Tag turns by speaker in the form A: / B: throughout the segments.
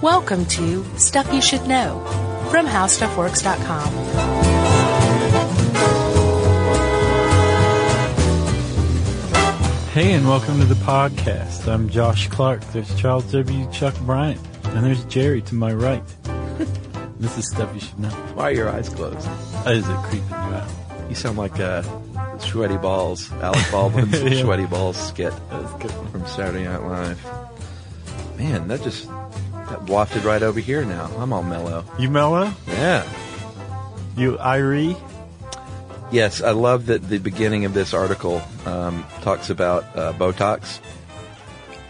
A: Welcome to Stuff You Should Know from HowStuffWorks.com.
B: Hey, and welcome to the podcast. I'm Josh Clark. There's Charles W. Chuck Bryant, and there's Jerry to my right. this is stuff you should know. Oh,
C: Why are your eyes closed?
B: That is it creeping you out?
C: You sound like uh, Sweaty Balls, Alec Baldwin's
B: Yeah.
C: Sweaty Balls skit
B: That's a good. one.
C: from Saturday Night Live. Man, that just that wafted right over here now. I'm all mellow.
B: You mellow?
C: Yeah.
B: You Irie?
C: Yes, I love that the beginning of this article um, talks about uh, Botox.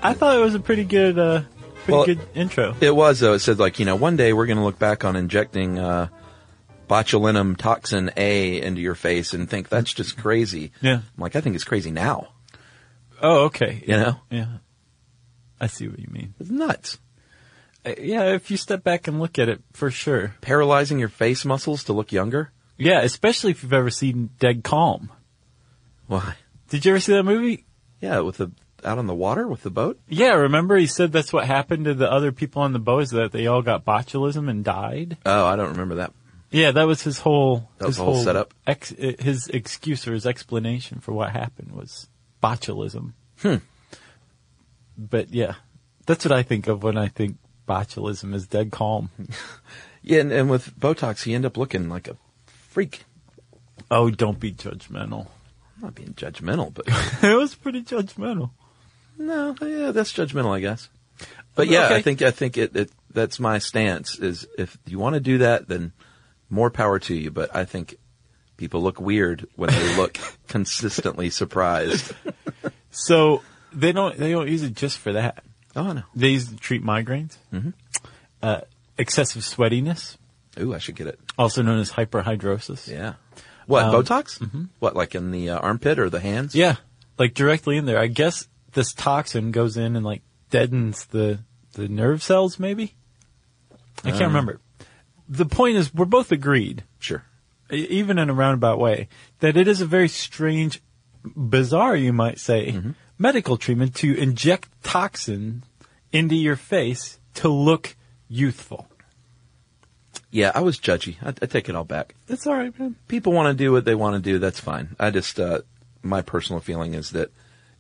B: I thought it was a pretty good, uh, pretty
C: Well-
B: good intro.
C: It was, though. It said, like, you know, one day we're going to look back on injecting uh, botulinum toxin A into your face and think that's just crazy.
B: Yeah.
C: I'm like, I think it's crazy now.
B: Oh, okay.
C: You know?
B: Yeah. I see what you mean.
C: It's nuts.
B: Uh, Yeah, if you step back and look at it, for sure.
C: Paralyzing your face muscles to look younger?
B: Yeah, especially if you've ever seen Dead Calm.
C: Why?
B: Did you ever see that movie?
C: Yeah, with the out on the water with the boat.
B: Yeah, remember he said that's what happened to the other people on the boat is that they all got botulism and died?
C: Oh, I don't remember that.
B: Yeah, that was his whole his
C: That was the whole setup?
B: Ex, uh, his excuse or his explanation for what happened was botulism. Hmm. But yeah, that's what I think of when I think botulism is dead calm.
C: Yeah, and, and with Botox, you end up looking like a freak.
B: oh, don't be judgmental.
C: I'm not being judgmental, but
B: it was pretty judgmental.
C: no, yeah, that's judgmental, I guess. But yeah, I
B: Okay.
C: think I think it, it that's my stance is if you want to do that, then more power to you. But I think people look weird when they look consistently surprised.
B: So they don't they don't use it just for that.
C: Oh no!
B: They use it to treat migraines, mm-hmm. uh, excessive sweatiness,
C: Ooh, I should get it.
B: also known as hyperhidrosis.
C: Yeah. What
B: Um,
C: Botox? What like in the uh, armpit or the hands?
B: Yeah, like directly in there. I guess this toxin goes in and like deadens the the nerve cells. Maybe I can't remember. The point is, we're both agreed,
C: Sure.
B: e- even in a roundabout way, that it is a very strange, bizarre, you might say, medical treatment to inject toxin into your face to look youthful.
C: Yeah, I was judgy. I, I take it all back.
B: That's all right, man.
C: people want to do what they want to do. That's fine. I just, uh, my personal feeling is that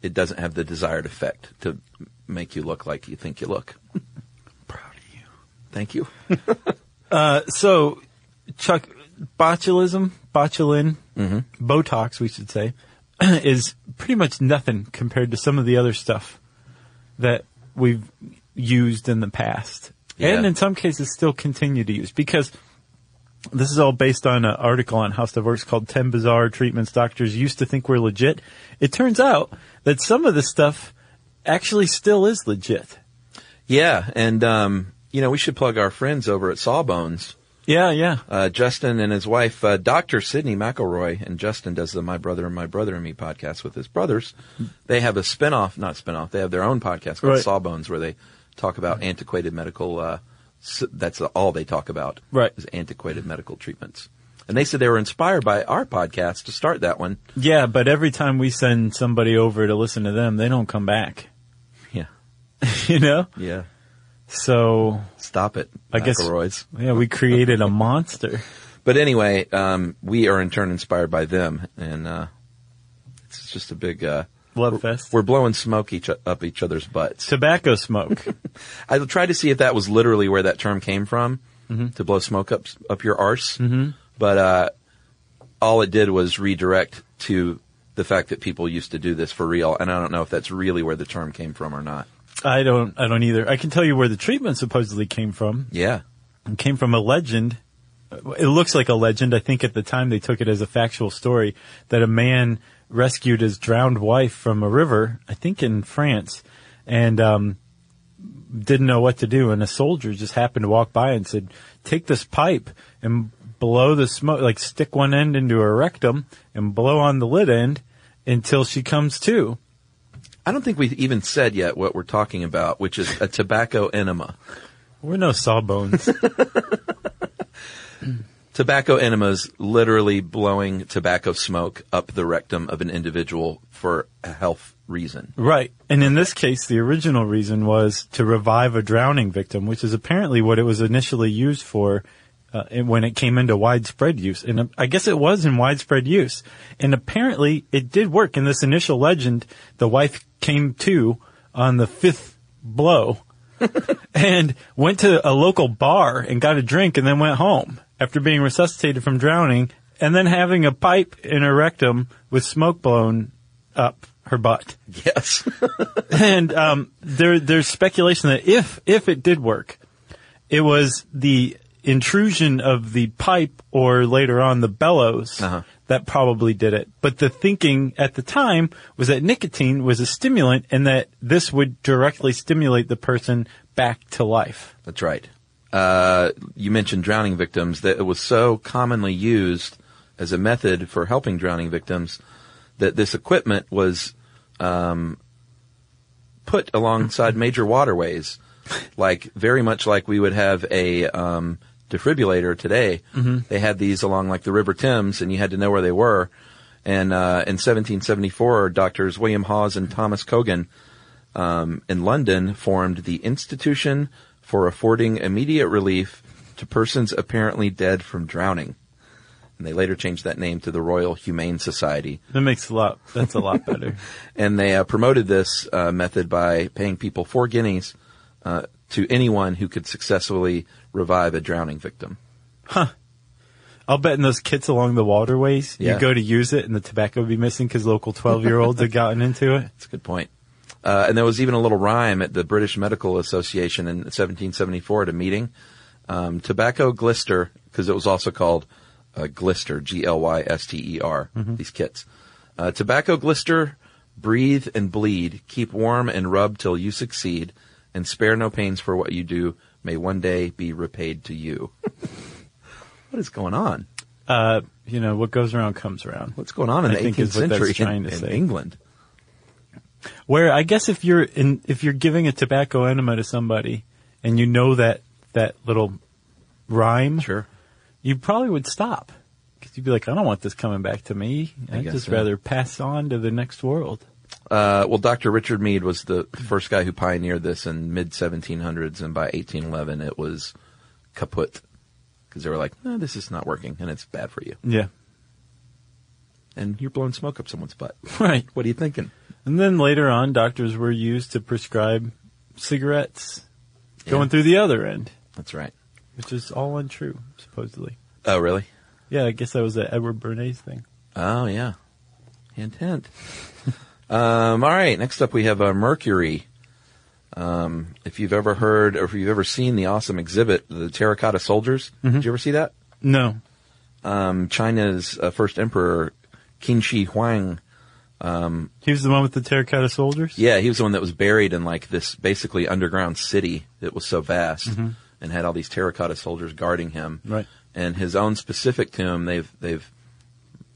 C: it doesn't have the desired effect to m- make you look like you think you look.
B: Proud of you.
C: Thank you.
B: Uh, so, Chuck, botulism, botulin, Mm-hmm. Botox, we should say, is pretty much nothing compared to some of the other stuff that we've used in the past.
C: Yeah.
B: And in some cases still continue to use because this is all based on an article on House of Works called 10 Bizarre Treatments Doctors Used to Think Were Legit. It turns out that some of this stuff actually still is legit.
C: yeah. And, um, you know, we should plug our friends over at Sawbones.
B: Yeah, yeah.
C: Uh, Justin and his wife, uh, Dr. Sidney McElroy, and Justin does the My Brother and My Brother and Me podcast with his brothers. They have a spinoff, not spinoff, they have their own podcast called
B: Right.
C: Sawbones where they talk about antiquated medical, uh, s- that's all they talk about.
B: Right.
C: Is antiquated medical treatments. And they said they were inspired by our podcast to start that one.
B: Yeah, but every time we send somebody over to listen to them, they don't come back.
C: Yeah.
B: you know?
C: Yeah.
B: So,
C: Stop it.
B: I guess-
C: McElroys.
B: yeah, we created a monster.
C: But anyway, um, we are in turn inspired by them and, uh, it's just a big, uh,
B: Love fest.
C: we're blowing smoke each up each other's butts.
B: Tobacco smoke.
C: I tried to see if that was literally where that term came from, to blow smoke up up your arse. Mm-hmm. But uh, all it did was redirect to the fact that people used to do this for real, and I don't know if that's really where the term came from or not.
B: I don't, I don't either. I can tell you where the treatment supposedly came from.
C: Yeah,
B: It came from a legend. It looks like a legend. I think at the time they took it as a factual story that a man rescued his drowned wife from a river, I think in France, and, um, didn't know what to do, and a soldier just happened to walk by and said, "Take this pipe and blow the smoke, like stick one end into her rectum and blow on the lid end until she comes to."
C: I don't think we've even said yet what we're talking about, which is a tobacco enema.
B: We're no sawbones.
C: Tobacco enemas literally blowing tobacco smoke up the rectum of an individual for a health reason.
B: Right. And in this case, the original reason was to revive a drowning victim, which is apparently what it was initially used for uh, and when it came into widespread use. And uh, I guess it was in widespread use. And apparently it did work. In this initial legend, the wife came to on the fifth blow and went to a local bar and got a drink and then went home after being resuscitated from drowning and then having a pipe in her rectum with smoke blown up her butt
C: Yes.
B: and um, there there's speculation that if if it did work, it was the intrusion of the pipe or later on the bellows
C: Uh-huh.
B: that probably did it. But the thinking at the time was that nicotine was a stimulant and that this would directly stimulate the person back to life.
C: That's right. Uh, you mentioned drowning victims, that it was so commonly used as a method for helping drowning victims that this equipment was um, put alongside major waterways, like very much like we would have a um, defibrillator today. They had these along like the River Thames, and you had to know where they were. And uh, in 1774, doctors William Hawes and Thomas Cogan in London formed the Institution for Affording Immediate Relief to Persons Apparently Dead from Drowning. And they later changed that name to the Royal Humane Society.
B: That makes a lot. That's a lot better.
C: And they uh, promoted this uh, method by paying people four guineas uh, to anyone who could successfully revive a drowning victim.
B: I'll bet in those kits along the waterways,
C: Yeah.
B: you go to use it and the tobacco would be missing because local 12 year olds had gotten into it.
C: That's a good point. Uh, and there was even a little rhyme at the British Medical Association in 1774 at a meeting. Um, tobacco glister, because it was also called uh, glister, G-L-Y-S-T-E-R, E
B: Mm-hmm.
C: these kits. Uh, tobacco glister, breathe and bleed, keep warm and rub till you succeed, and spare no pains for what you do, may one day be repaid to you. what is going on?
B: Uh, you know, what goes around comes around.
C: What's going on in
B: I
C: the
B: think
C: 18th
B: is what that's
C: century
B: trying
C: in,
B: to
C: in
B: say.
C: England?
B: Where I guess if you're in, if you're giving a tobacco enema to somebody and you know that that little rhyme,
C: Sure.
B: you probably would stop because you'd be like, I don't want this coming back to me. I'd
C: guess
B: just
C: so.
B: rather pass on to the next world.
C: Uh, well, Dr. Richard Mead was the first guy who pioneered this in mid 1700s, and by 1811 it was kaput because they were like, no, this is not working, and it's bad for you,
B: Yeah,
C: and you're blowing smoke up someone's butt.
B: right.
C: What are you thinking?
B: And then later on, doctors were used to prescribe cigarettes going through the other end,
C: That's right.
B: which is all untrue supposedly.
C: Oh, really?
B: Yeah, I guess that was the Edward Bernays thing.
C: Oh, yeah. Hint, hint. um, all right. Next up, we have uh, Mercury. Um, if you've ever heard or if you've ever seen the awesome exhibit, the Terracotta Soldiers,
B: Mm-hmm.
C: did you ever see that?
B: No,
C: Um, China's uh, first emperor, Qin Shi Huang,
B: he was the one with the terracotta soldiers.
C: Yeah, he was the one that was buried in like this basically underground city that was so vast and had all these terracotta soldiers guarding him.
B: Right.
C: And his own specific tomb, they've they've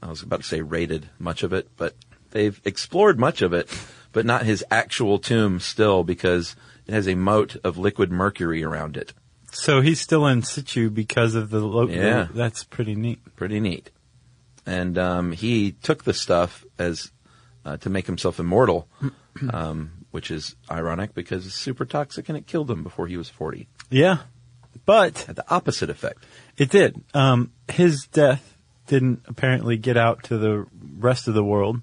C: I was about to say raided much of it, but they've explored much of it, but not his actual tomb still because it has a moat of liquid mercury around it.
B: So he's still in situ because of the local.
C: Yeah.
B: That's pretty neat.
C: Pretty neat. And um, he took the stuff as uh, to make himself immortal, um, which is ironic because it's super toxic and it killed him before he was forty.
B: Yeah. But
C: had the opposite effect.
B: it did. Um, his death didn't apparently get out to the rest of the world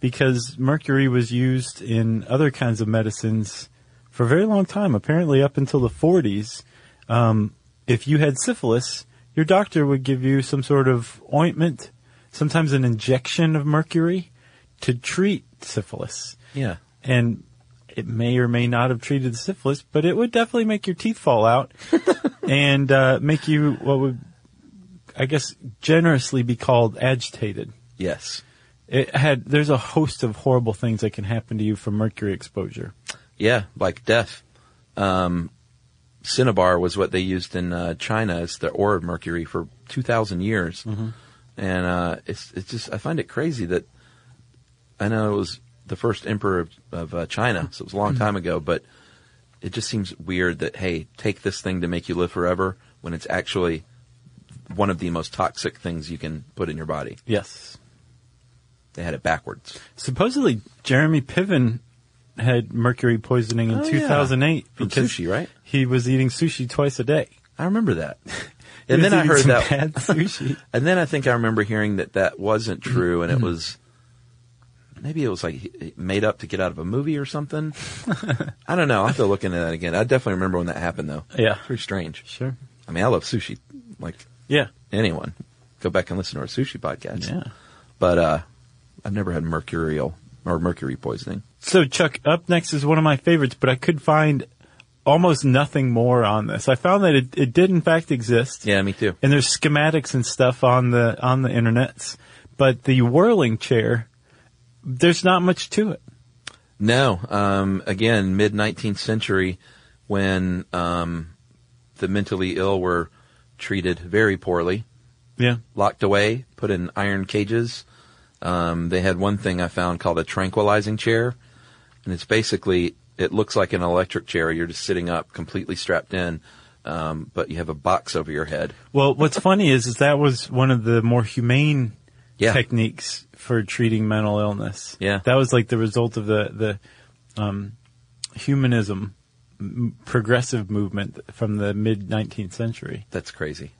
B: because mercury was used in other kinds of medicines for a very long time, apparently up until the 40s. Um, if you had syphilis, your doctor would give you some sort of ointment, sometimes an injection of mercury to treat syphilis.
C: Yeah.
B: and it may or may not have treated syphilis, but it would definitely make your teeth fall out and uh, make you what would, I guess, generously be called agitated.
C: Yes.
B: It had there's a host of horrible things that can happen to you from mercury exposure.
C: Yeah, like death. Um, cinnabar was what they used in uh, China as the ore of mercury for 2,000 years. And uh, it's, it's just, I find it crazy that I know it was the first emperor of, of uh, China, so it was a long time ago, but it just seems weird that, hey, take this thing to make you live forever when it's actually one of the most toxic things you can put in your body.
B: Yes.
C: They had it backwards.
B: Supposedly, Jeremy Piven had mercury poisoning in
C: Oh, yeah.
B: 2008
C: From sushi, right?
B: He was eating sushi twice a day.
C: I remember that.
B: He
C: and
B: was
C: then I
B: eating
C: heard
B: some
C: that
B: bad sushi. Mm-hmm.
C: And then I think I remember hearing that that wasn't true, and it was maybe it was like he- made up to get out of a movie or something. I don't know. I have to look into that again. I definitely remember when that happened, though.
B: Yeah.
C: pretty strange.
B: sure.
C: I mean, I love sushi, like
B: Yeah.
C: anyone. Go back and listen to our sushi podcast.
B: Yeah.
C: But uh, I've never had mercurial or mercury poisoning.
B: So Chuck, up next is one of my favorites, but I could find almost nothing more on this. I found that it, it did in fact exist.
C: Yeah, me too.
B: and there's schematics and stuff on the on the internets, but the whirling chair, there's not much to it.
C: No, um, again, mid 19th century, when um, the mentally ill were treated very poorly.
B: Yeah,
C: locked away, put in iron cages. Um, they had one thing I found called a tranquilizing chair, and it's basically it looks like an electric chair. You're just sitting up, completely strapped in, um, but you have a box over your head.
B: Well, what's funny is, is that was one of the more humane
C: Yeah.
B: techniques for treating mental illness.
C: Yeah.
B: That was like the result of the, the, um, humanism m- progressive movement from the mid 19th century.
C: That's crazy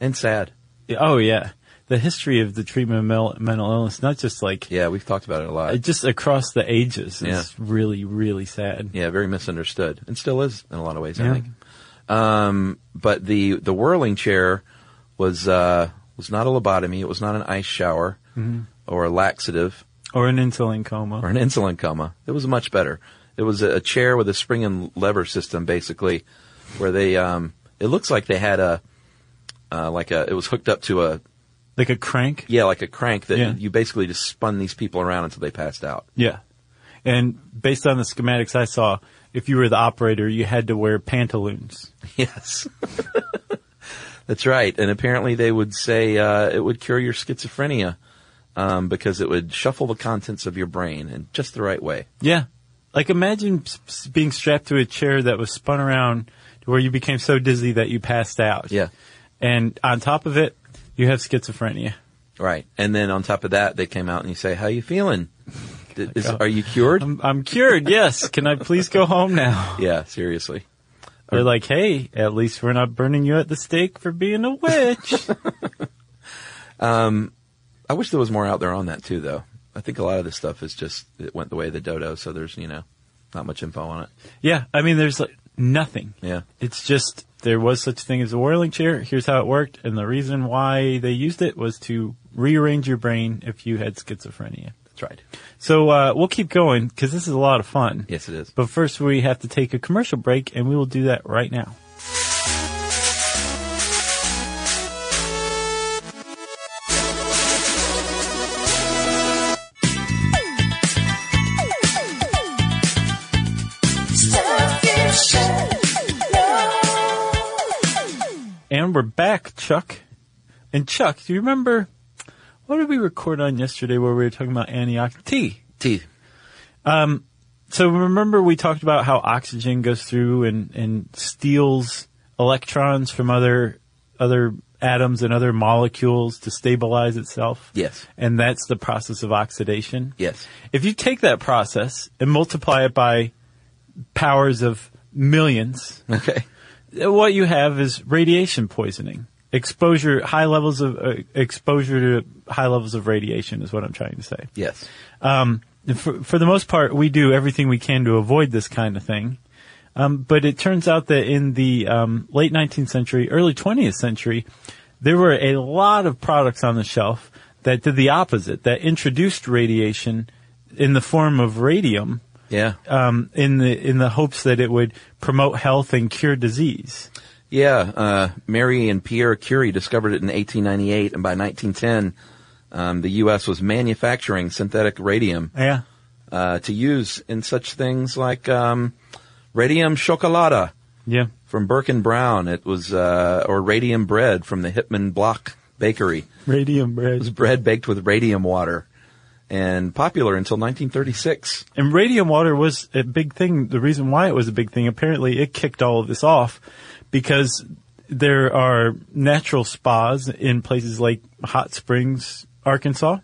C: and sad.
B: Oh yeah. The history of the treatment of mel- mental illness, not just like,
C: Yeah, we've talked about it a lot.
B: uh, just across the ages is
C: Yeah.
B: really, really sad.
C: Yeah, very misunderstood, and still is in a lot of ways.
B: Yeah.
C: I think. Um, but the the whirling chair was uh, was not a lobotomy. It was not an ice shower
B: Mm-hmm.
C: or a laxative.
B: Or an insulin coma.
C: or an insulin coma. It was much better. It was a, a chair with a spring and lever system, basically, where they. Um, it looks like they had a, uh, like a. It was hooked up to a,
B: Like a crank.
C: yeah, like a crank that
B: Yeah.
C: you basically just spun these people around until they passed out.
B: Yeah. And based on the schematics I saw, if you were the operator, you had to wear pantaloons.
C: Yes, that's right. And apparently, they would say uh, it would cure your schizophrenia um, because it would shuffle the contents of your brain in just the right way.
B: Yeah. Like imagine s- s- being strapped to a chair that was spun around to where you became so dizzy that you passed out.
C: Yeah.
B: And on top of it, you have schizophrenia.
C: Right. And then on top of that, they came out and you say, "How you feeling? D- is,
B: God.
C: are you cured?"
B: I'm, I'm cured. Yes. Can I please go home now?
C: Yeah, seriously.
B: They're like, Hey, at least we're not burning you at the stake for being a witch.
C: I wish there was more out there on that too, though. I think a lot of this stuff is just it went the way of the dodo, so there's you know not much info on it.
B: yeah. I mean, there's like nothing.
C: Yeah,
B: It's just there was such a thing as a whirling chair. Here's how it worked, and the reason why they used it was to rearrange your brain if you had schizophrenia.
C: that's right.
B: So uh, we'll keep going because this is a lot of fun.
C: Yes, it is.
B: But first, we have to take a commercial break, and we will do that right now. And we're back, Chuck. And Chuck, do you remember what did we record on yesterday where we were talking about antioxidant tea?
C: Teeth.
B: So remember we talked about how oxygen goes through and, and steals electrons from other other atoms and other molecules to stabilize itself?
C: Yes.
B: And that's the process of oxidation?
C: Yes.
B: If you take that process and multiply it by powers of millions,
C: Okay.
B: what you have is radiation poisoning. Exposure, high levels of uh, exposure to high levels of radiation is what I'm trying to say.
C: Yes.
B: Um, for, for the most part, we do everything we can to avoid this kind of thing. Um, but it turns out that in the um, late 19th century, early 20th century, there were a lot of products on the shelf that did the opposite, that introduced radiation in the form of radium
C: Yeah.
B: um, in the in the hopes that it would promote health and cure disease.
C: Yeah. Uh, Mary and Pierre Curie discovered it in 1898, and by 1910, um, the U.S. was manufacturing synthetic radium
B: Yeah.
C: uh, to use in such things like um, radium chocolata.
B: Yeah.
C: from Birkin Brown. It was uh, or radium bread from the Hitman Block Bakery. It
B: Radium
C: was
B: bread.
C: bread baked with radium water, and popular until 1936.
B: And radium water was a big thing. The reason why it was a big thing, apparently it kicked all of this off because there are natural spas in places like Hot Springs, Arkansas.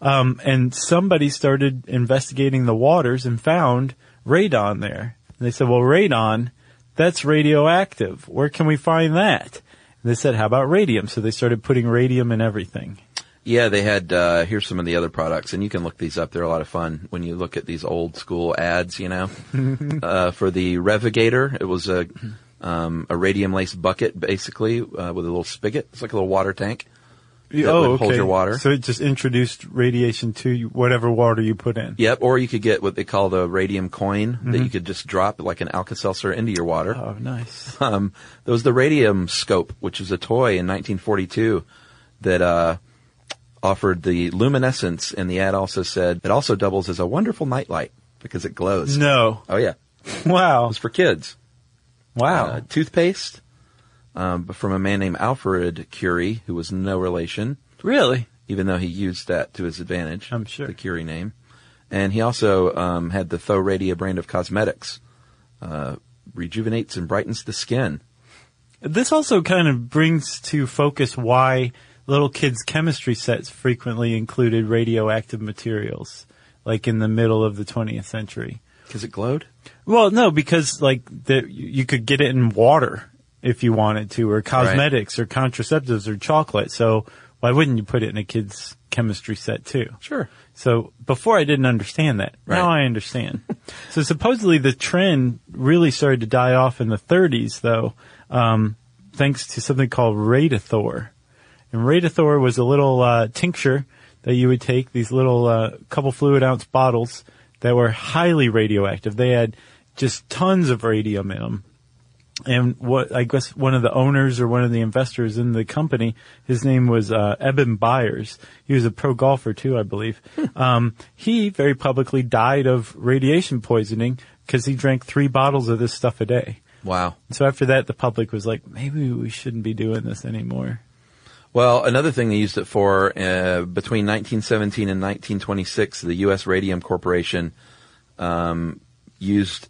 B: Um, and somebody started investigating the waters and found radon there. And they said, well, radon, that's radioactive. Where can we find that? And they said, how about radium? So they started putting radium in everything.
C: Yeah, they had, uh, here's some of the other products and you can look these up. They're a lot of fun when you look at these old school ads, you know, uh, for the Revigator. It was a, um, a radium lace bucket basically, uh, with a little spigot. It's like a little water tank. That
B: oh,
C: would
B: okay.
C: hold your water.
B: So it just introduced radiation to you- whatever water you put in.
C: Yep. Or you could get what they call the radium coin that you could just drop like an Alka-Seltzer into your water.
B: Oh, nice.
C: um, there was the Radium Scope, which was a toy in 1942 that uh, offered the luminescence, and the ad also said it also doubles as a wonderful nightlight because it glows.
B: No.
C: Oh yeah, it
B: Wow.
C: was for kids.
B: Wow.
C: Uh, toothpaste um, from a man named Alfred Curie, who was no relation,
B: really?
C: even though he used that to his advantage.
B: I'm sure.
C: the Curie name, and he also um, had the Thoradia brand of cosmetics. Uh, rejuvenates and brightens the skin.
B: This also kind of brings to focus why little kids' chemistry sets frequently included radioactive materials, like in the middle of the 20th century.
C: Because it glowed?
B: Well, no, because like the, you could get it in water if you wanted to, or cosmetics, or contraceptives, or chocolate. So why wouldn't you put it in a kid's chemistry set too?
C: Sure.
B: So before I didn't understand that. Now
C: Right.
B: I understand. so supposedly the trend really started to die off in the 30s, though, um, thanks to something called Radithor. And Radithor was a little uh, tincture that you would take, these little uh, couple fluid ounce bottles that were highly radioactive. They had just tons of radium in them. And what I guess one of the owners or one of the investors in the company, his name was uh, Eben Byers. He was a pro golfer too, I believe. um, he very publicly died of radiation poisoning because he drank three bottles of this stuff a day.
C: Wow.
B: So after that, the public was like, maybe we shouldn't be doing this anymore.
C: Well, another thing they used it for uh, between 1917 and 1926, the U.S. Radium Corporation um, used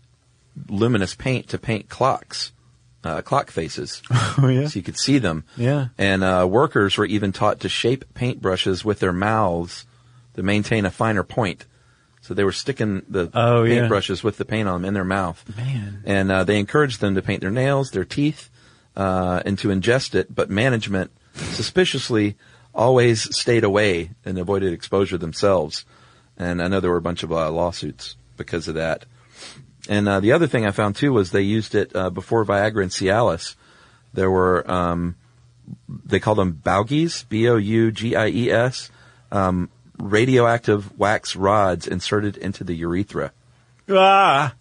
C: luminous paint to paint clocks, uh, clock faces,
B: oh yeah,
C: so you could see them.
B: yeah.
C: And uh, workers were even taught to shape paintbrushes with their mouths to maintain a finer point. So they were sticking the
B: Oh, yeah.
C: paintbrushes with the paint on them in their mouth.
B: Man.
C: And uh, they encouraged them to paint their nails, their teeth, uh, and to ingest it. But management suspiciously always stayed away and avoided exposure themselves. And I know there were a bunch of uh, lawsuits because of that. And uh, the other thing I found too was they used it uh, before Viagra and Cialis. There were um, they called them Bougies, B-O-U-G-I-E-S, E um, radioactive wax rods inserted into the urethra.
B: Ah,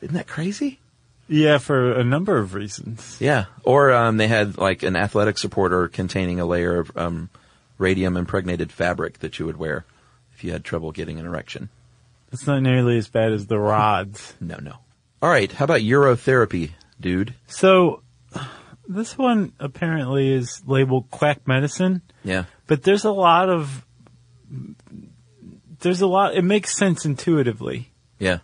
C: Isn't that crazy?
B: yeah, for a number of reasons.
C: Yeah. Or um, they had like an athletic supporter containing a layer of um, radium impregnated fabric that you would wear if you had trouble getting an erection.
B: It's not nearly as bad as the rods.
C: No, no. All right. How about urotherapy, dude?
B: So this one apparently is labeled quack medicine.
C: Yeah.
B: but there's a lot of there's a lot it makes sense intuitively
C: Yeah.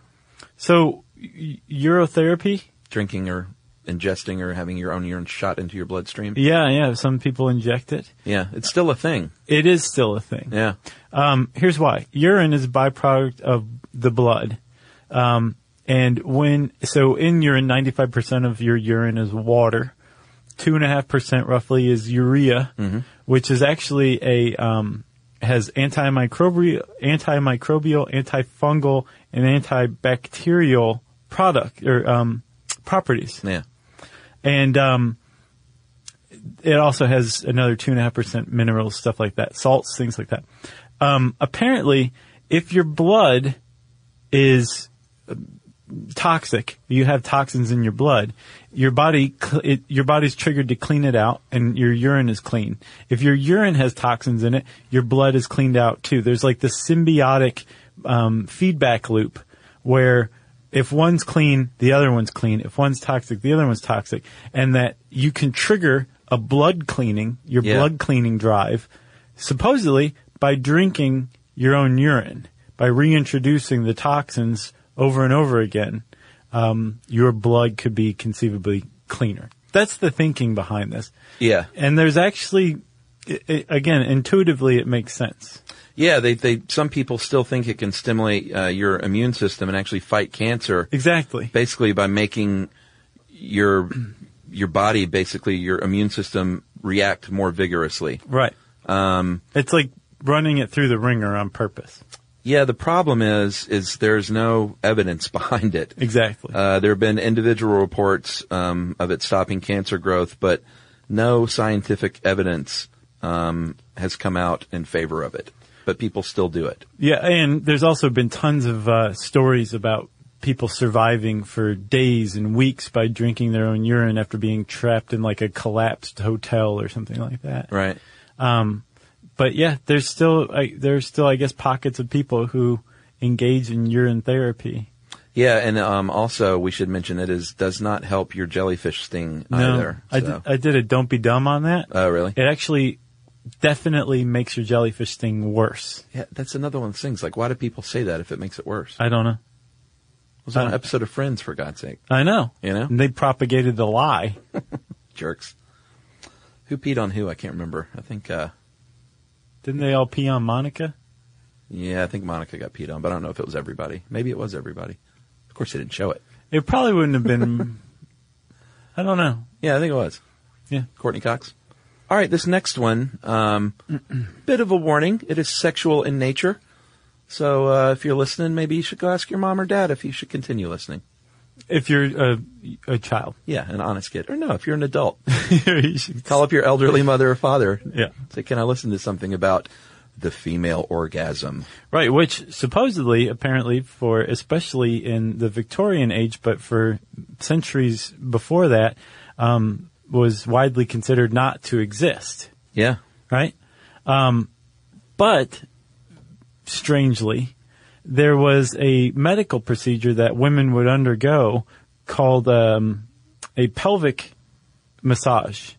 B: so y- urotherapy
C: Drinking or ingesting or having your own urine shot into your bloodstream.
B: yeah yeah some people inject it
C: Yeah. It's still a thing.
B: it is still a thing
C: Yeah.
B: um, here's why urine is a byproduct of the blood um, and when so in urine 95% of your urine is water 2.5% roughly is urea which is actually a um, has antimicrobial, antimicrobial, antifungal, and antibacterial product or um, properties,
C: Yeah.
B: and um, it also has another two and a half percent minerals, stuff like that, salts, things like that. Um, apparently, if your blood is uh, toxic, you have toxins in your blood. Your body, cl- it, your body's triggered to clean it out, and your urine is clean. If your urine has toxins in it, your blood is cleaned out too. There's like this symbiotic um, feedback loop where if one's clean, the other one's clean. If one's toxic, the other one's toxic, and that you can trigger a blood cleaning, your
C: Yeah.
B: blood cleaning drive, supposedly by drinking your own urine, by reintroducing the toxins over and over again. um, your blood could be conceivably cleaner. That's the thinking behind this.
C: Yeah.
B: And there's actually, i i again, intuitively it makes sense.
C: Yeah, they, they, some people still think it can stimulate uh, your immune system and actually fight cancer
B: Exactly.
C: basically by making your, your body, basically your immune system react more vigorously.
B: Right.
C: Um,
B: It's like running it through the ringer on purpose.
C: yeah, the problem is, is there's no evidence behind it.
B: Exactly.
C: Uh, there have been individual reports um, of it stopping cancer growth, but no scientific evidence um, has come out in favor of it. But people still do it.
B: Yeah, and there's also been tons of uh, stories about people surviving for days and weeks by drinking their own urine after being trapped in like a collapsed hotel or something like that.
C: Right.
B: Um, But yeah, there's still I there's still I guess pockets of people who engage in urine therapy.
C: Yeah, and um, also we should mention it is does not help your jellyfish sting either.
B: I
C: so.
B: did, I did a don't be dumb on that.
C: oh, really?
B: it actually definitely makes your jellyfish thing worse.
C: Yeah, that's another one of those things. Like, why do people say that if it makes it worse?
B: I don't know.
C: It was on an
B: uh,
C: episode of Friends, for God's sake.
B: I know.
C: You know?
B: And they propagated the lie.
C: Jerks. Who peed on who? I can't remember. I think, uh,
B: Didn't they all pee on Monica?
C: yeah, I think Monica got peed on, but I don't know if it was everybody. Maybe it was everybody. Of course, they didn't show it.
B: It probably wouldn't have been. I don't know.
C: Yeah, I think it was.
B: Yeah.
C: Courtney Cox. All right, this next one, um, bit of a warning. It is sexual in nature. So uh, if you're listening, maybe you should go ask your mom or dad if you should continue listening.
B: If you're a, a child,
C: Yeah, an honest kid. Or no, if you're an adult,
B: You should-
C: call up your elderly mother or father.
B: Yeah.
C: Say, can I listen to something about the female orgasm?
B: right? Which supposedly, apparently, for especially in the Victorian age, but for centuries before that, um, was widely considered not to exist.
C: Yeah.
B: right? Um, but strangely, there was a medical procedure that women would undergo called um, a pelvic massage.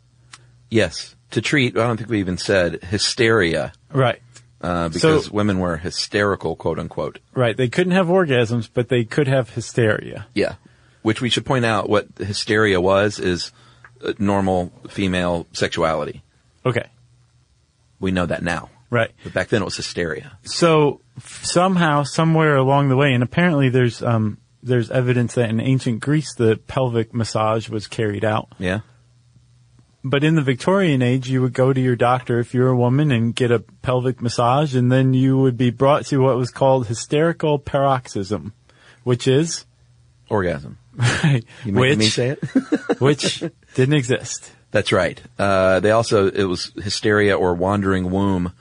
C: Yes. To treat, I don't think we even said hysteria,
B: Right.
C: uh, because
B: So-
C: women were hysterical, quote unquote.
B: Right. They couldn't have orgasms, but they could have hysteria.
C: Yeah. Which we should point out what hysteria was is uh, normal female sexuality.
B: Okay.
C: We know that now.
B: Right.
C: But back then it was hysteria.
B: So f- somehow, somewhere along the way, and apparently there's um, there's evidence that in ancient Greece the pelvic massage was carried out.
C: Yeah.
B: But in the Victorian age, you would go to your doctor if you were a woman and get a pelvic massage, and then you would be brought to what was called hysterical paroxysm, which is
C: Orgasm. You making
B: which
C: me say it?
B: which didn't exist.
C: That's right. Uh, they also, it was hysteria or wandering womb,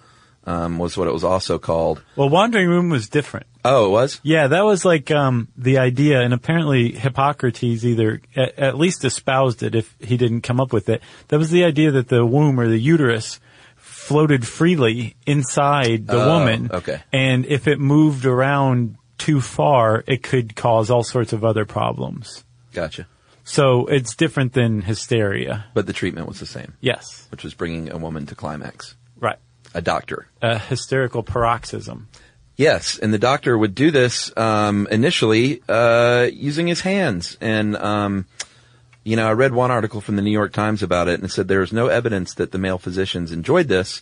C: um, was what it was also called.
B: Well, wandering room was different.
C: Oh, it was?
B: Yeah, that was like um, the idea, and apparently Hippocrates either at, at least espoused it if he didn't come up with it. That was the idea that the womb or the uterus floated freely inside the
C: Oh,
B: woman,
C: okay.
B: and if it moved around too far, it could cause all sorts of other problems.
C: Gotcha.
B: So it's different than hysteria.
C: But the treatment was the same,
B: Yes,
C: which was bringing a woman to climax.
B: right.
C: A doctor.
B: A hysterical paroxysm.
C: Yes, and the doctor would do this um, initially uh, using his hands. And um, you know, I read one article from the New York Times about it, and it said there is no evidence that the male physicians enjoyed this.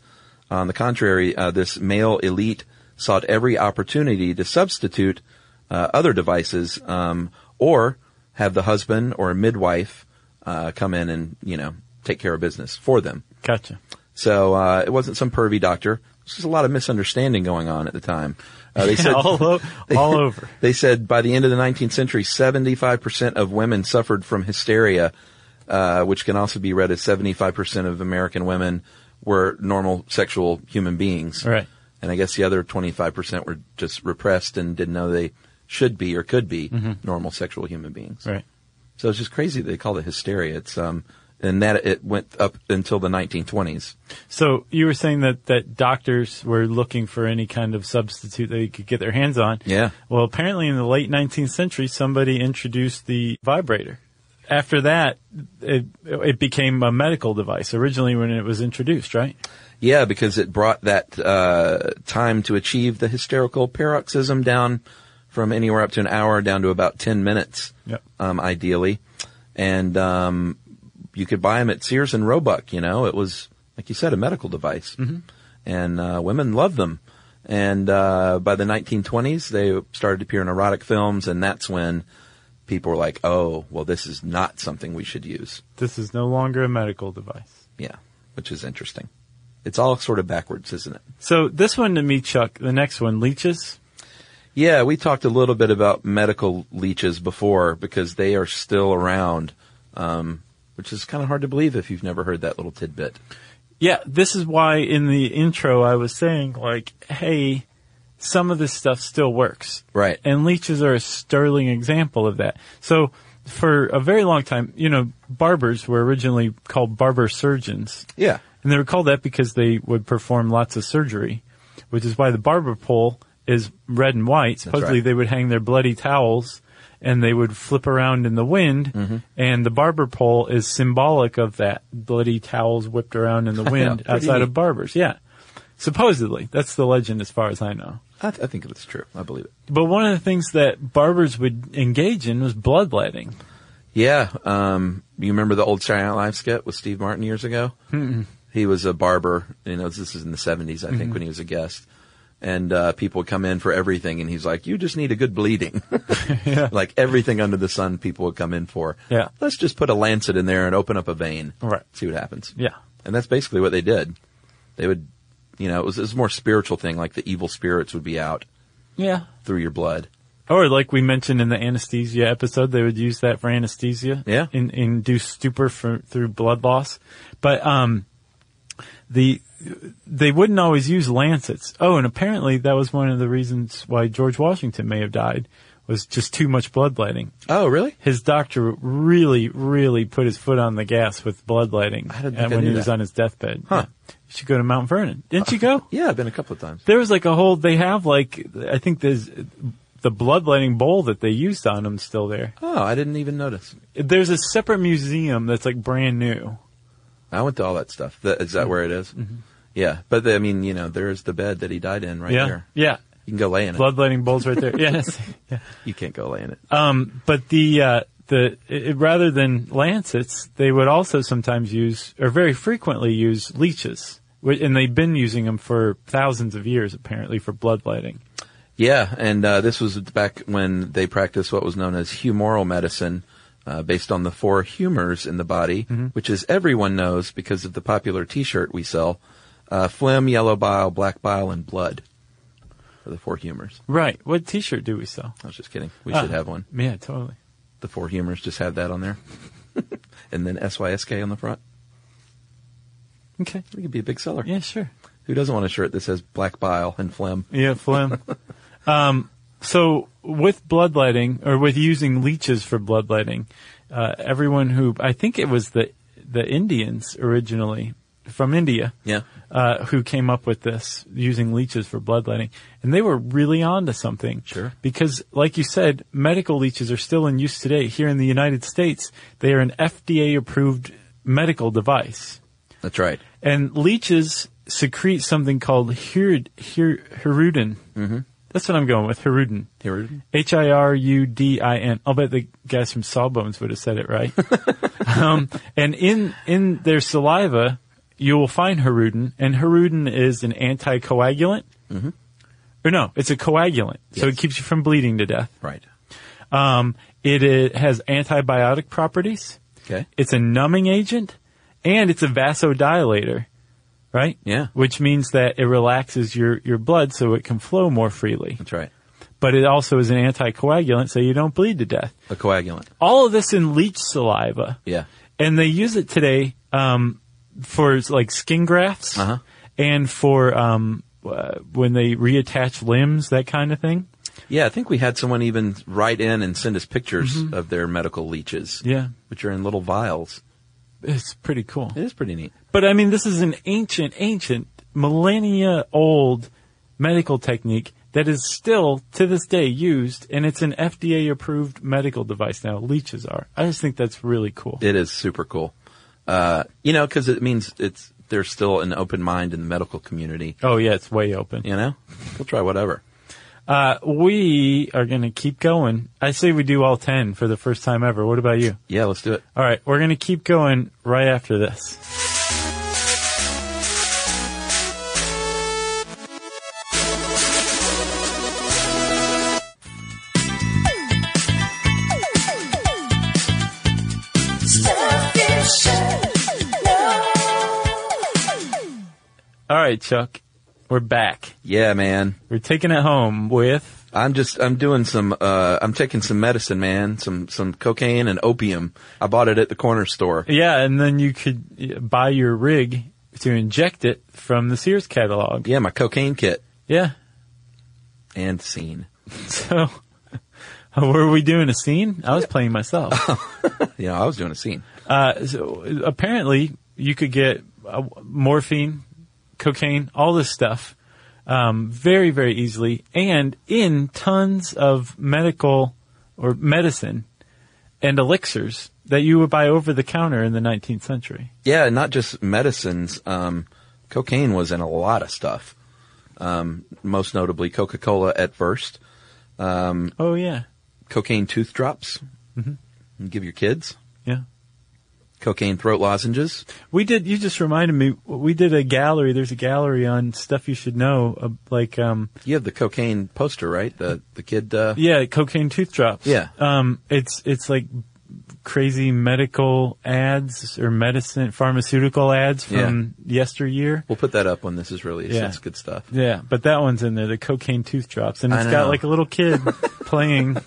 C: On the contrary, uh, this male elite sought every opportunity to substitute uh, other devices, um, or have the husband or a midwife uh, come in and you know take care of business for them.
B: Gotcha.
C: So uh, it wasn't some pervy doctor. There's just a lot of misunderstanding going on at the time. Uh, they said
B: all, o- all over.
C: They said by the end of the 19th century, 75% of women suffered from hysteria, uh, which can also be read as 75% of American women were normal sexual human beings.
B: Right.
C: And I guess the other 25% were just repressed and didn't know they should be or could be normal sexual human beings.
B: Mm-hmm. Right.
C: So it's just crazy they call it hysteria. It's um and that it went up until the 1920s.
B: So you were saying that, that doctors were looking for any kind of substitute they could get their hands on.
C: Yeah.
B: Well, apparently in the late 19th century, somebody introduced the vibrator. After that, it, it became a medical device originally when it was introduced, right?
C: Yeah, because it brought that uh, time to achieve the hysterical paroxysm down from anywhere up to an hour down to about 10 minutes,
B: Yep.
C: um, ideally. And um, you could buy them at Sears and Roebuck, you know. It was, like you said, a medical device. And uh, women loved them. And uh, by the 1920s, they started to appear in erotic films, and that's when people were like, oh, well, this is not something we should use.
B: This is no longer a medical device.
C: Yeah, which is interesting. It's all sort of backwards, isn't it?
B: So this one to me, Chuck. The next one, leeches.
C: Yeah, we talked a little bit about medical leeches before because they are still around, um, which is kind of hard to believe if you've never heard that little tidbit.
B: Yeah, this is why in the intro I was saying like, hey, some of this stuff still works.
C: Right.
B: And leeches are a sterling example of that. So for a very long time, you know, barbers were originally called barber surgeons.
C: Yeah.
B: And they were called that because they would perform lots of surgery, which is why the barber pole is red and white. Supposedly
C: right.
B: they would hang their bloody towels and they would flip around in the wind.
C: Mm-hmm.
B: And the barber pole is symbolic of that bloody towels whipped around in the wind
C: pretty
B: outside of
C: neat.
B: barbers. Yeah. Supposedly. That's the legend as far as I know.
C: I, th- I think it's true. I believe it.
B: But one of the things that barbers would engage in was bloodletting.
C: Yeah. Um, you remember the old Saturday Night Live skit with Steve Martin years ago? He was a barber. You know, this is in the 70s, I
B: Mm-hmm.
C: think, when he was a guest. And uh, people would come in for everything, and he's like, "You just need a good bleeding." Like everything under the sun, people would come in for.
B: Yeah.
C: Let's just put a lancet in there and open up a vein.
B: Right.
C: See what happens.
B: Yeah.
C: And that's basically what they did. They would, you know, it was, it was a more spiritual thing, like the evil spirits would be out
B: Yeah.
C: through your blood.
B: Or like we mentioned in the anesthesia episode, they would use that for anesthesia.
C: Yeah.
B: In, induce stupor for, through blood loss. But, um, the, they wouldn't always use lancets. Oh, and apparently that was one of the reasons why George Washington may have died was just too much bloodletting.
C: Oh, really?
B: His doctor really, really put his foot on the gas with bloodletting
C: I didn't
B: uh,
C: think I
B: when
C: knew
B: he was
C: that.
B: on his deathbed.
C: Huh.
B: Yeah. You should go to Mount Vernon. Didn't you go?
C: Yeah, I've been a couple of times.
B: There was like a whole. They have like I think there's the bloodletting bowl that they used on him still there.
C: Oh, I didn't even notice.
B: There's a separate museum that's like brand new.
C: I went to all that stuff. That, is that where it is? Yeah. But the, I mean, you know, there's the bed that he died in right
B: yeah,
C: there.
B: yeah.
C: You can go lay in
B: Bloodletting bowls right there. yes. Yeah.
C: it. You can't go lay in it.
B: Um, but the uh, the it, rather than lancets, they would also sometimes use or very frequently use leeches, Wh- and they've been using them for thousands of years apparently for bloodletting.
C: Yeah, and uh, this was back when they practiced what was known as humoral medicine, uh, based on the four humors in the body,
B: Mm-hmm.
C: which is everyone knows because of the popular T-shirt we sell: uh, phlegm, yellow bile, black bile, and blood. Are the four humors?
B: Right. What T-shirt do we sell?
C: I was just kidding. We
B: Ah.
C: should have one.
B: Yeah, totally.
C: The four humors. Just have that on there, and then SYSK on the front.
B: Okay.
C: I think it'd be a big seller.
B: Yeah, sure.
C: Who doesn't want a shirt that says black bile and phlegm?
B: Yeah, phlegm. um, so with bloodletting or with using leeches for bloodletting, uh, everyone who I think it was the the Indians originally from India
C: Yeah.
B: uh, who came up with this using leeches for bloodletting, and they were really onto something.
C: Sure.
B: Because, like you said, medical leeches are still in use today here in the United States. They are an FDA approved medical device.
C: That's right.
B: And leeches secrete something called hirud, hir, hirudin. Mm-hmm. That's what I'm going with, hirudin.
C: Here.
B: H-I-R-U-D-I-N. I'll bet the guys from Sawbones would have said it right. um, and in, in their saliva, you will find hirudin, and hirudin is an anticoagulant. Mm-hmm. Or no, it's a coagulant, so
C: Yes.
B: it keeps you from bleeding to death.
C: Right.
B: Um, it, it has antibiotic properties.
C: Okay.
B: It's a numbing agent and it's a vasodilator, right?
C: Yeah.
B: Which means that it relaxes your, your blood so it can flow more freely.
C: That's right.
B: But it also is an anticoagulant so you don't bleed to death.
C: A coagulant.
B: All of this in leech saliva.
C: Yeah.
B: And they use it today, um, for like skin grafts
C: Uh-huh.
B: and for, um, uh, when they reattach limbs, that kind of thing.
C: Yeah, I think we had someone even write in and send us pictures of their medical leeches.
B: Mm-hmm. Yeah.
C: Which are in little vials.
B: It's pretty cool.
C: It is pretty neat.
B: But I mean, this is an ancient, ancient, millennia old medical technique that is still to this day used, and it's an FDA approved medical device now. Leeches are. I just think that's really cool.
C: It is super cool. Uh, you know, cause it means it's, there's still an open mind in the medical community.
B: Oh yeah, it's way open.
C: You know? We'll try whatever.
B: Uh, we are going to keep going. I say we do all 10 for the first time ever. What about you?
C: Yeah, let's do it.
B: All right, we're going to keep going right after this. All right, Chuck, we're back.
C: Yeah, man.
B: We're taking it home with.
C: I'm just I'm doing some uh I'm taking some medicine, man. Some some cocaine and opium. I bought it at the corner store.
B: Yeah, and then you could uh, buy your rig to inject it from the Sears catalog.
C: Yeah, my cocaine kit
B: Yeah.
C: and scene.
B: So, were we doing a scene? I was playing myself.
C: You know, I was doing a scene.
B: Uh, so apparently, you could get uh, morphine, cocaine, all this stuff um, very, very easily, and in tons of medical or medicine and elixirs that you would buy over the counter in the 19th century.
C: Yeah, not just medicines. Um, cocaine was in a lot of stuff. Um, most notably Coca-Cola at first.
B: Oh yeah,
C: Cocaine tooth drops. You Give your kids.
B: Mm-hmm. yeah.
C: Cocaine throat lozenges.
B: We did. You just reminded me. We did a gallery. There's a gallery on stuff you should know, uh, like um,
C: You have the cocaine poster, right? The the kid uh
B: Yeah, cocaine tooth drops.
C: Yeah.
B: Um, it's it's like crazy medical ads or medicine pharmaceutical ads from yesteryear.
C: We'll put that up when this is released.
B: Yeah.
C: It's good stuff.
B: Yeah, but that one's in there, the cocaine tooth drops, and
C: I
B: it's got
C: know.
B: like a little kid playing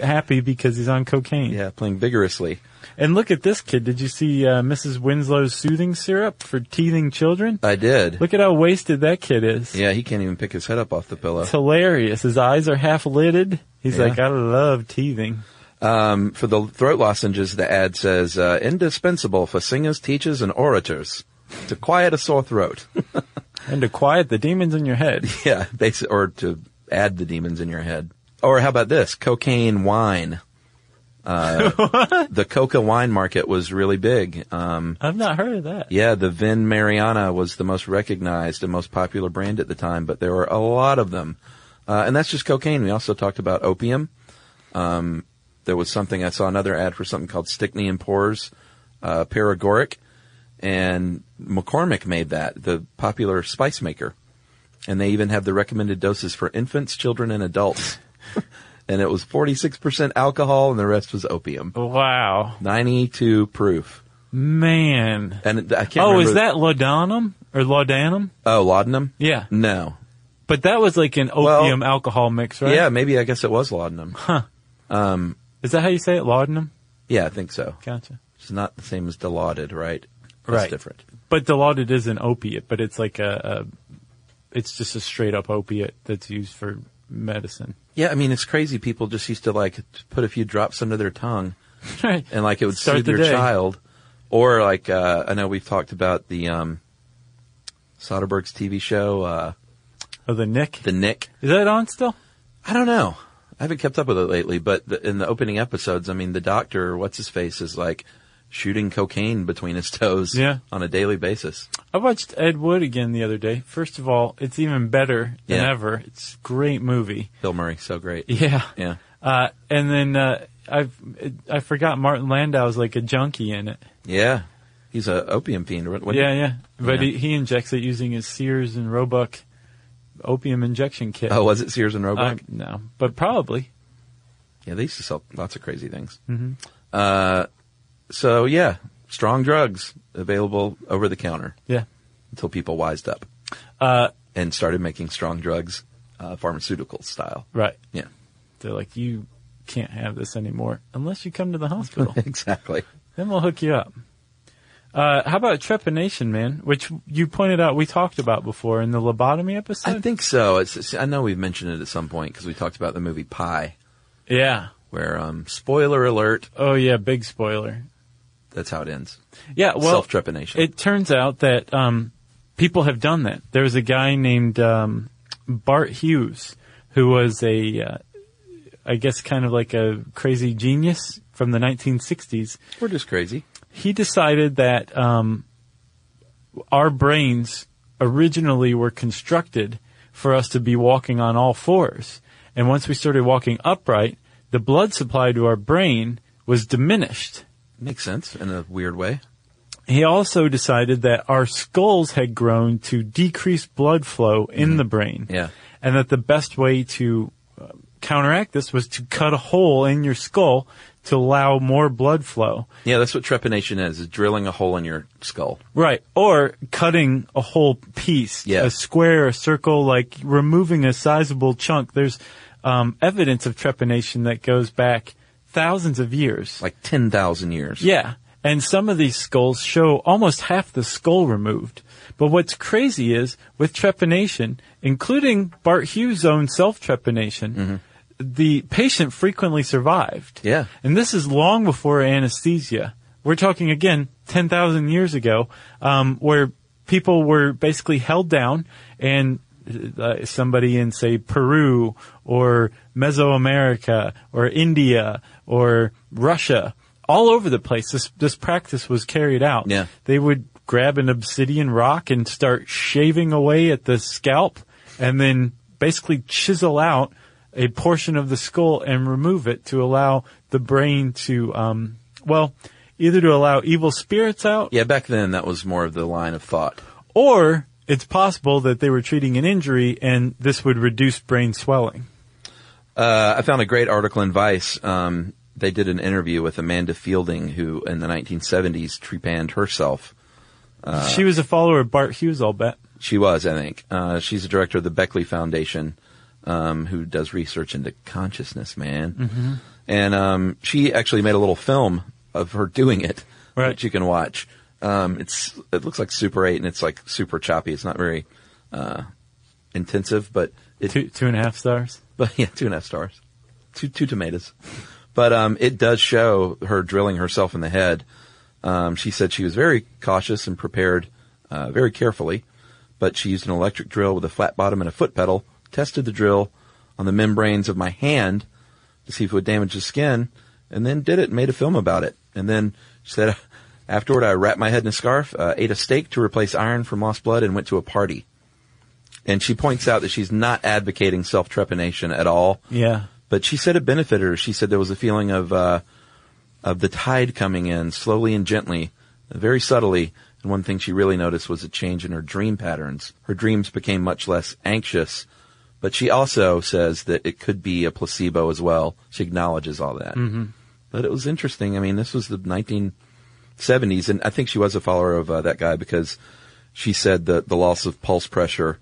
B: happy because he's on cocaine.
C: Yeah, playing vigorously.
B: And look at this kid. Did you see uh, Mrs. Winslow's soothing syrup for teething children?
C: I did.
B: Look at how wasted that kid is.
C: Yeah, he can't even pick his head up off the pillow.
B: It's hilarious. His eyes are half lidded. He's
C: Yeah.
B: like, I love teething.
C: Um, for the throat lozenges, the ad says, uh, indispensable for singers, teachers, and orators to quiet a sore throat.
B: And to quiet the demons in your head.
C: yeah, basi- or to add the demons in your head. Or how about this? Cocaine wine. Uh, the coca wine market was really big. Um,
B: I've not heard of that.
C: yeah, the Vin Mariana was the most recognized and most popular brand at the time, but there were a lot of them. Uh, and that's just cocaine. We also talked about opium. Um, there was something, I saw another ad for something called Stickney and Poor's, uh, Paragoric, and McCormick made that, the popular spice maker. And they even have the recommended doses for infants, children, and adults. and it was 46% alcohol and the rest was opium.
B: Wow.
C: 92 proof.
B: Man.
C: And I can't
B: Oh,
C: remember.
B: is that laudanum or laudanum?
C: Oh, laudanum?
B: Yeah.
C: No.
B: But that was like an
C: Well-
B: opium alcohol mix, right?
C: Yeah, maybe I guess it was laudanum. Um,
B: Is that how you say it? Laudanum?
C: Yeah, I think so.
B: Gotcha.
C: It's not the same as dilaudid, right? It's
B: Right.
C: different.
B: But dilaudid is an opiate, but it's like a, a it's just a straight up opiate that's used for medicine.
C: Yeah, I mean it's crazy. People just used to like put a few drops under their tongue,
B: Right.
C: and like it would
B: Start
C: soothe
B: the
C: your
B: day.
C: child. Or like uh, I know we've talked about the um, Soderbergh's TV show, uh,
B: Oh, the Nick.
C: The Nick.
B: is that on still?
C: I don't know. I haven't kept up with it lately, but the, in the opening episodes, I mean, the doctor, what's his face, is like shooting cocaine between his toes
B: Yeah.
C: on a daily basis.
B: I watched Ed Wood again the other day. First of all, it's even better than
C: Yeah.
B: ever. It's a great movie.
C: Bill Murray, so great.
B: Yeah.
C: Yeah.
B: Uh, and then uh, I've I forgot Martin Landau's like a junkie in it.
C: Yeah. He's a opium fiend. What, what-
B: yeah, yeah. But
C: Yeah.
B: He, he injects it using his Sears and Roebuck opium injection kit.
C: Oh, was it Sears and
B: Uh,
C: Roebuck?
B: no, but probably.
C: yeah, they used to sell lots of crazy things. Uh, so yeah, strong drugs available over the counter
B: Yeah.
C: until people wised up
B: Uh,
C: and started making strong drugs, uh, pharmaceutical style.
B: right.
C: Yeah.
B: They're like, you can't have this anymore unless you come to the hospital.
C: exactly.
B: then we'll hook you up. Uh, how about trepanation, man? Which you pointed out we talked about before in the lobotomy episode.
C: I think so. It's, it's- I know we've mentioned it at some point because we talked about the movie Pie,
B: yeah.
C: where um, spoiler alert,
B: Oh yeah, big spoiler.
C: that's how it ends.
B: Yeah. Well,
C: Self trepanation.
B: It turns out that um, people have done that. There was a guy named um, Bart Hughes who was a, uh, I guess, kind of like a crazy genius from the 1960s.
C: We're just crazy.
B: He decided that um, our brains originally were constructed for us to be walking on all fours. And once we started walking upright, the blood supply to our brain was diminished.
C: Makes sense in a weird way.
B: He also decided that our skulls had grown to decrease blood flow in the brain.
C: Yeah.
B: And that the best way to uh, counteract this was to cut a hole in your skull to allow more blood flow.
C: Yeah, that's what trepanation is, is drilling a hole in your skull.
B: Right. Or cutting a whole piece,
C: Yeah.
B: a square, a circle, like removing a sizable chunk. There's um, evidence of trepanation that goes back thousands of years.
C: Like 10,000 years.
B: Yeah. And some of these skulls show almost half the skull removed. But what's crazy is with trepanation, including Bart Hughes' own self trepanation, the patient frequently survived.
C: Mm-hmm. Yeah.
B: And this is long before anesthesia. We're talking again 10,000 years ago, um, where people were basically held down and uh, somebody in, say, Peru or Mesoamerica or India or Russia, all over the place, this, this practice was carried out.
C: Yeah.
B: They would grab an obsidian rock and start shaving away at the scalp and then basically chisel out a portion of the skull and remove it to allow the brain to, um, well, either to allow evil spirits out
C: Yeah, back then that was more of the line of thought.
B: or it's possible that they were treating an injury and this would reduce brain swelling.
C: Uh, I found a great article in Vice. Um, they did an interview with Amanda Fielding, who in the 1970s trepanned herself. Uh,
B: she was a follower of Bart Hughes, I'll bet.
C: She was, I think. Uh, she's the director of the Beckley Foundation, um, who does research into consciousness, man. Mm-hmm. And um, she actually made a little film of her doing it
B: Right.
C: that you can watch. Um, it's it looks like Super 8, and it's like super choppy. It's not very uh, intensive, but it,
B: Two, two and a half stars.
C: but yeah, two and a half stars, two two tomatoes. But um, it does show her drilling herself in the head. Um, she said she was very cautious and prepared uh, very carefully, but she used an electric drill with a flat bottom and a foot pedal. Tested the drill on the membranes of my hand to see if it would damage the skin, and then did it and made a film about it. And then she said, afterward, I wrapped my head in a scarf, uh, ate a steak to replace iron from lost blood, and went to a party. And she points out that she's not advocating self-trepanation at all,
B: Yeah.
C: but she said it benefited her. She said there was a feeling of uh, of the tide coming in slowly and gently, very subtly. And one thing she really noticed was a change in her dream patterns. Her dreams became much less anxious. But she also says that it could be a placebo as well. She acknowledges all that. Mm-hmm. But it was interesting. I mean, this was the 1970s, and I think she was a follower of uh, that guy because she said that the loss of pulse pressure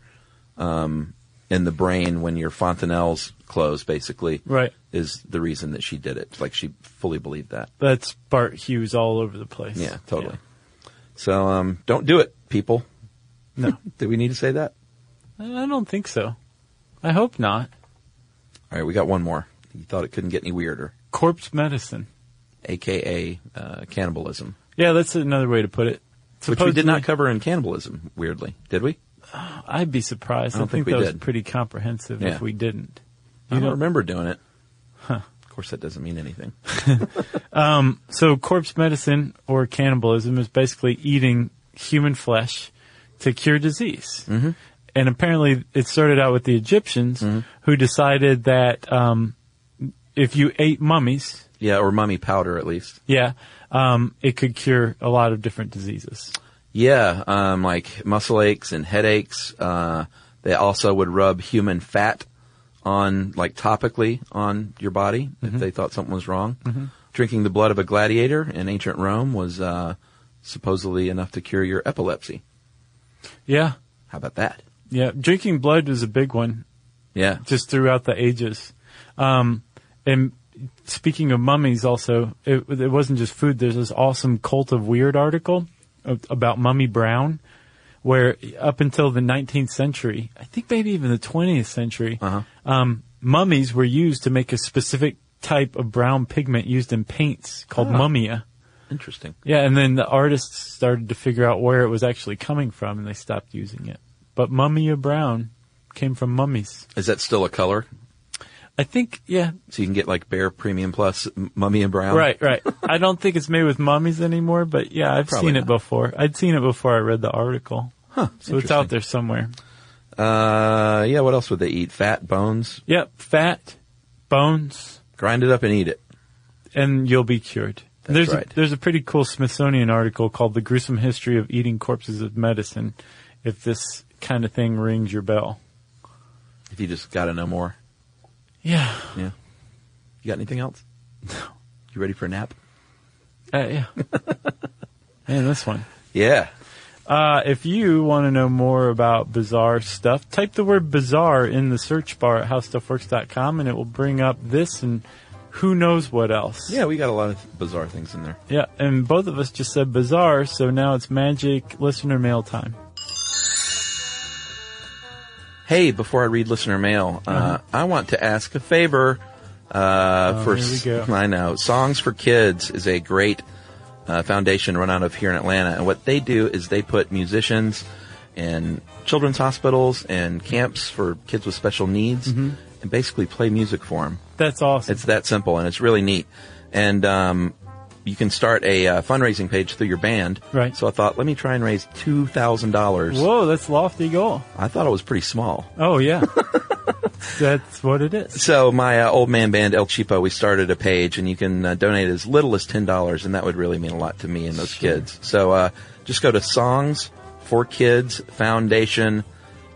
C: um, in the brain when your fontanelles close, basically,
B: Right.
C: is the reason that she did it. Like she fully believed that.
B: That's Bart Hughes all over the place.
C: Yeah, totally. So um, don't do it, people.
B: No.
C: Do we need to say that?
B: I I don't think so. I hope not.
C: All right, we got one more. You thought it couldn't get any weirder,
B: Corpse medicine.
C: aka uh, cannibalism,
B: Yeah, that's another way to put it.
C: which we did
B: Supposedly-
C: not cover in cannibalism. Weirdly, did we?
B: I'd be surprised. I,
C: I don't
B: think,
C: think we
B: that was
C: did.
B: pretty comprehensive
C: Yeah.
B: if we didn't.
C: I
B: You
C: don't
B: know-
C: remember doing it. Of course, that doesn't mean anything.
B: So corpse medicine or cannibalism is basically eating human flesh to cure disease. Mm-hmm. And apparently it started out with the Egyptians
C: Mm-hmm.
B: who decided that, um, if you ate mummies,
C: Yeah, or mummy powder, at least.
B: yeah, um, it could cure a lot of different diseases.
C: Yeah, um, like muscle aches and headaches. Uh, they also would rub human fat on, like topically on your body
B: Mm-hmm.
C: if they thought something was wrong. Drinking the blood of a gladiator in ancient Rome was uh, supposedly enough to cure your epilepsy.
B: Yeah.
C: How about that?
B: Yeah. Drinking blood was a big one.
C: Yeah,
B: just throughout the ages. Um, and speaking of mummies, also, it, it wasn't just food. There's this awesome cult of weird article a- about Mummy Brown, where up until the 19th century, I think maybe even the 20th century,
C: Uh-huh.
B: um, mummies were used to make a specific type of brown pigment used in paints called mummia.
C: interesting.
B: Yeah, and then the artists started to figure out where it was actually coming from, and they stopped using it. But mummia brown came from mummies.
C: Is that still a color?
B: I think, yeah,
C: So you can get like Bear Premium Plus, M- Mummy and Brown.
B: Right, right. I don't think it's made with mummies anymore, but yeah, I've
C: Probably
B: seen it
C: not.
B: before. I'd seen it before I read the article.
C: Huh.
B: So it's
C: interesting.
B: out there somewhere.
C: Uh, yeah, what else would they eat? Fat, bones?
B: Yep, fat, bones,
C: Grind it up and eat it.
B: and you'll be cured.
C: That's
B: there's
C: right.
B: a, there's a pretty cool Smithsonian article called "The Gruesome History of Eating Corpses of Medicine." If this kind of thing rings your bell,
C: If you just gotta know more.
B: yeah,
C: Yeah. You got anything else? You ready for a nap?
B: uh, yeah, and this one.
C: Yeah.
B: Uh, if you want to know more about bizarre stuff, type the word bizarre in the search bar at howstuffworks.com and it will bring up this and who knows what else.
C: Yeah, we got a lot of bizarre things in there.
B: Yeah, and both of us just said bizarre, so now it's magic listener mail time.
C: Hey, before I read listener mail, uh, I want to ask a favor. Uh, for
B: here we
C: s-
B: go.
C: I know Songs for Kids is a great uh, foundation run out of here in Atlanta, and what they do is they put musicians in children's hospitals and camps for kids with special needs, and basically play music for them.
B: That's awesome.
C: It's that simple, and it's really neat. And um, you can start a uh, fundraising page through your band.
B: Right.
C: So I thought, let me try and raise two thousand dollars.
B: Whoa, that's lofty goal.
C: I thought it was pretty small.
B: Oh yeah, that's what it is.
C: So my uh, old man band El Chipo, we started a page, and you can uh, donate as little as ten dollars, and that would really mean a lot to me and those kids. So uh, just go to songs for kids foundation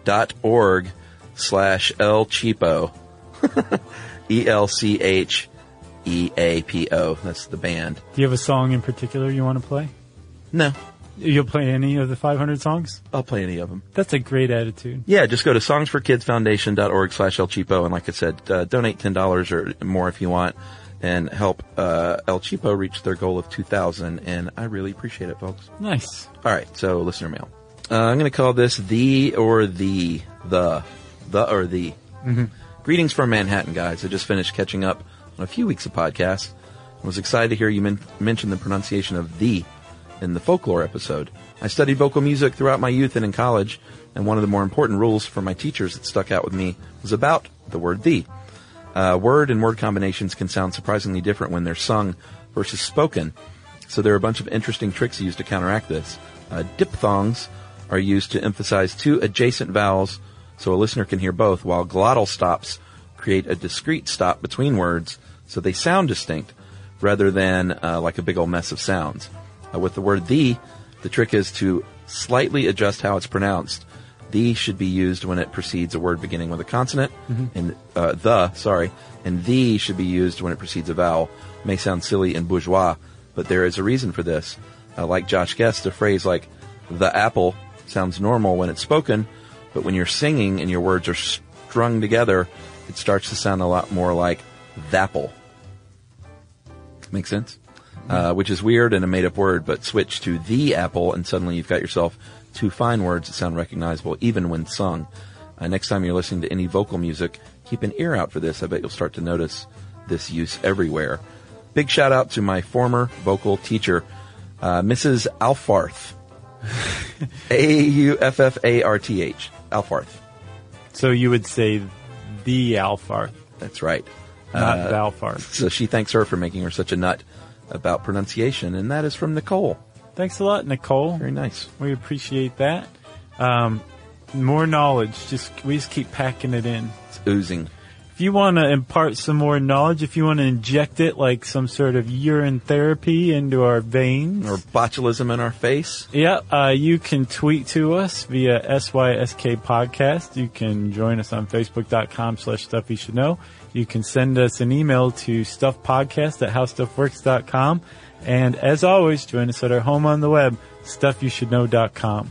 C: dot org slash El Cheapo E L C H E A P O. That's the band.
B: Do you have a song in particular you want to play?
C: No,
B: You'll play any of the 500 songs.
C: I'll play any of them.
B: That's a great attitude.
C: Yeah, just go to songsforkidsfoundation.org slash El Cheapo. And like I said, uh, donate $10 or more if you want and help uh, El Cheapo reach their goal of 2000 And I really appreciate it, folks.
B: Nice.
C: All right, so listener mail. Uh, I'm going to call this the or the. The. The or the. Greetings from Manhattan, guys. I just finished catching up on a few weeks of podcasts. I was excited to hear you men- mention the pronunciation of the in the folklore episode. I studied vocal music throughout my youth and in college, and one of the more important rules for my teachers that stuck out with me was about the word the. Uh, word and word combinations can sound surprisingly different when they're sung versus spoken. So there are a bunch of interesting tricks used to counteract this. Uh, diphthongs are used to emphasize two adjacent vowels so a listener can hear both, while glottal stops create a discrete stop between words so they sound distinct rather than uh, like a big old mess of sounds. Uh, with the word the, the trick is to slightly adjust how it's pronounced. The should be used when it precedes a word beginning with a consonant, and uh, the, sorry, and the should be used when it precedes a vowel. May sound silly and bourgeois, but there is a reason for this. Uh, like Josh guessed, a phrase like the apple sounds normal when it's spoken, but when you're singing and your words are strung together, it starts to sound a lot more like thapple. Makes sense? Uh, which is weird and a made up word, but switch to the apple and suddenly you've got yourself two fine words that sound recognizable even when sung. Uh, next time you're listening to any vocal music, keep an ear out for this. I bet you'll start to notice this use everywhere. Big shout out to my former vocal teacher, uh, Mrs. Alfarth. A U F F A R T H. Alfarth.
B: So you would say the Alfarth,
C: That's right.
B: not
C: Uh,
B: Valfarth.
C: So she thanks her for making her such a nut about pronunciation, and that is from Nicole.
B: Thanks a lot, Nicole.
C: Very nice.
B: We appreciate that. Um, more knowledge. Just we just keep packing it in.
C: It's oozing.
B: If you want to impart some more knowledge, if you want to inject it like some sort of urine therapy into our veins,
C: Or botulism in our face.
B: yeah, uh, you can tweet to us via SYSK podcast. You can join us on Facebook.com slash Stuff You Should Know. You can send us an email to stuffpodcast at howstuffworks.com. And as always, join us at our home on the web, stuffyoushouldknow.com.